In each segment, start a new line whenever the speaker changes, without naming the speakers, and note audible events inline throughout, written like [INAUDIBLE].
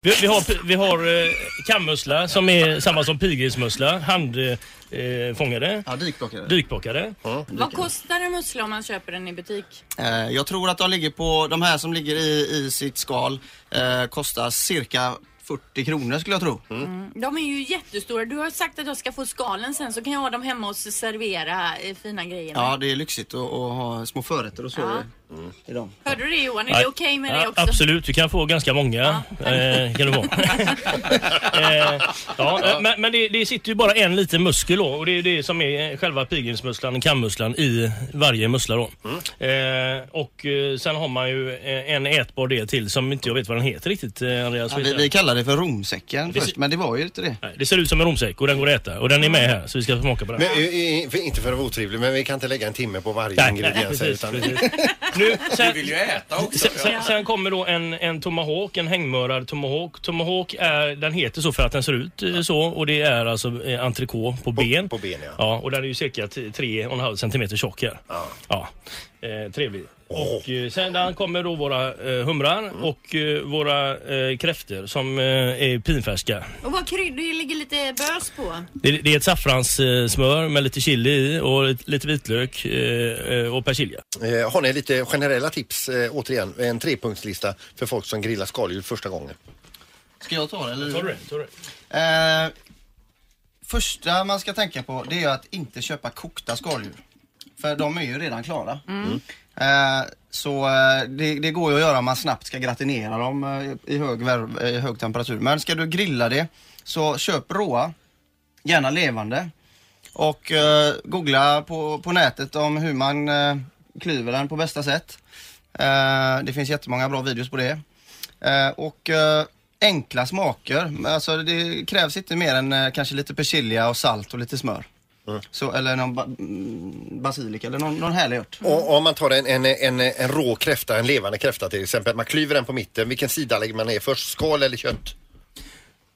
Vi, vi har, vi har eh, kammussla som är samma som pilgrimsmussla, eh, handfångade,
Ja, dykblockare.
dykplockade.
Ja, dyk.
Vad kostar en mussla om man köper den i butik?
Eh, jag tror att de ligger på, de här som ligger i, i sitt skal, eh, kostar cirka 40 kronor skulle jag tro. Mm.
Mm, De är ju jättestora. Du har sagt att jag ska få skalen sen så kan jag ha dem hemma och servera eh, fina grejer. med.
Ja, det är lyxigt att, att ha små förrätter och så
Ja.
i, i dem.
Hörde du det Johan? Är det okej med det
Ja,
också?
Absolut, du kan få ganska många. Eh, kan du få. eh, ja, eh, men men det, det sitter ju bara en liten muskel då, och det är det som är själva pilgrimsmusslan, kammusslan i varje mussla. Då. Eh, och eh, sen har man ju eh, en ätbar del till som inte jag vet vad den heter riktigt eh, Andreas.
Ja,
vet
vi,
du?
vi kallar det för romsäcken först, men det var ju inte det.
Nej, Det ser ut som en romsäck och den går att äta och den är med här så vi ska smaka på den.
Men, eh, eh, för- inte för att vara otrevlig, men vi kan inte lägga en timme på varje ingrediens.
precis,
här, utan-
precis.
[LAUGHS]
Nu, sen,
vill ju äta också.
sen, sen, sen kommer då en, en tomahawk, en hängmörad tomahawk. Tomahawk är, den heter så för att den ser ut eh, så och det är alltså eh, entrecote på ben.
på ben, ja.
och den är ju cirka t- tre och en halv centimeter tjock här. Ja. Eh, trevlig. Och eh, sen där kommer då våra eh, humrar och eh, våra eh, kräftor som eh, är pinfärska.
Och vad kryddor det ligger lite bös på?
Det, det är ett saffranssmör eh, med lite chili i och lite, lite vitlök eh, eh, och persilja.
Eh, Har ni lite generella tips, eh, återigen, en trepunktslista för folk som grillar skaldjur första gången?
Ska jag ta det eller?
Tar du det? Tar du det?
Eh, första man ska tänka på det är att inte köpa kokta skaldjur. För de är ju redan klara. Eh, så eh, det, det går ju att göra om man snabbt ska gratinera dem eh, i hög, värv, eh, i hög temperatur. Men ska du grilla det så köp råa, gärna levande. Och eh, googla på, på nätet om hur man eh, klyver den på bästa sätt. Eh, det finns jättemånga bra videos på det. Eh, och eh, enkla smaker. Men Alltså, det krävs inte mer än eh, kanske lite persilja och salt och lite smör. Så, eller någon ba- mm, basilika eller någon, någon härlig ört.
Mm.
Och om man tar en, en, en, en rå kräfta, en levande kräfta till exempel, man klyver den på mitten, vilken sida lägger man ner först? Skal eller kött?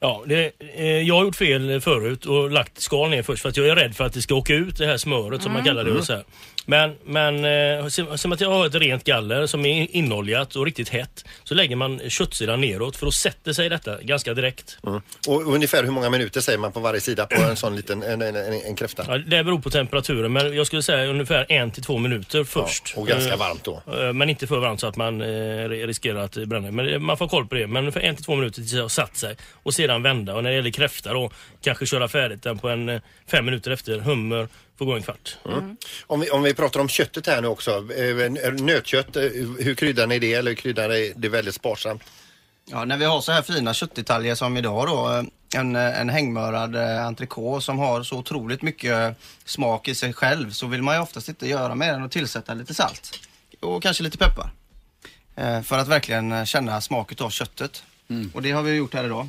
Ja, det, eh, jag har gjort fel förut och lagt skal ner först för att jag är rädd för att det ska åka ut det här smöret som man kallar det. Och så här. Men, men eh, som- som att jag har ett rent galler som är inoljat och riktigt hett så lägger man köttsidan neråt för då sätter sig detta ganska direkt.
Mm. Och ungefär hur många minuter säger man på varje sida på en sån liten en, en, en, en kräfta?
Ja, det beror på temperaturen men jag skulle säga ungefär en till två minuter först.
Och ganska
Eh,
varmt då.
Eh, Men inte för varmt så att man eh, ri- riskerar att bränna. Men eh, man får koll på det. Men för en till två minuter tills det har satt sig och sedan vända. Och när det gäller kräfta då, kanske köra färdigt den på en eh, fem minuter efter. Hummer får gå en kvart.
Mm. Om vi, om vi pratar om köttet här nu också, eh, n- nötkött, eh, hur kryddar ni det eller hur kryddar ni det väldigt sparsamt?
Ja, när vi har så här fina köttdetaljer som idag då. eh, En, eh, en hängmörad eh, entrecote som har så otroligt mycket eh, smak i sig själv så vill man ju oftast inte göra mer än att tillsätta lite salt. Och kanske lite peppar. Eh, För att verkligen eh, känna smaken av köttet. Och det har vi gjort här idag.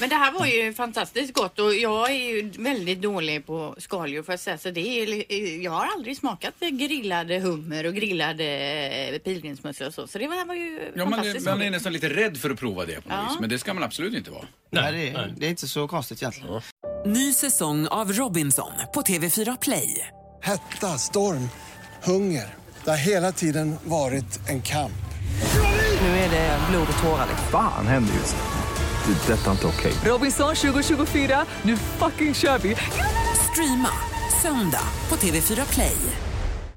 Men det här var ju fantastiskt gott och jag är ju väldigt dålig på skaldjur för att säga så det är, eh, jag har aldrig smakat grillade hummer och grillade eh, pilgrimsmusslor och så. Så det här var ju
Ja, man, är,
fantastiskt
man är
roligt.
nästan lite rädd för att prova det på något vis, men det ska man absolut inte vara.
Nej, det, är, det är inte så konstigt egentligen.
Ny säsong av Robinson på TV4 Play.
Hetta, storm, hunger. Det har hela tiden varit en kamp.
Nu är det blod och tårar. liksom.
Fan händer just nu. Det. är Detta är inte okej.
Robinson 2024, nu fucking kör vi! Streama söndag på TV4 Play.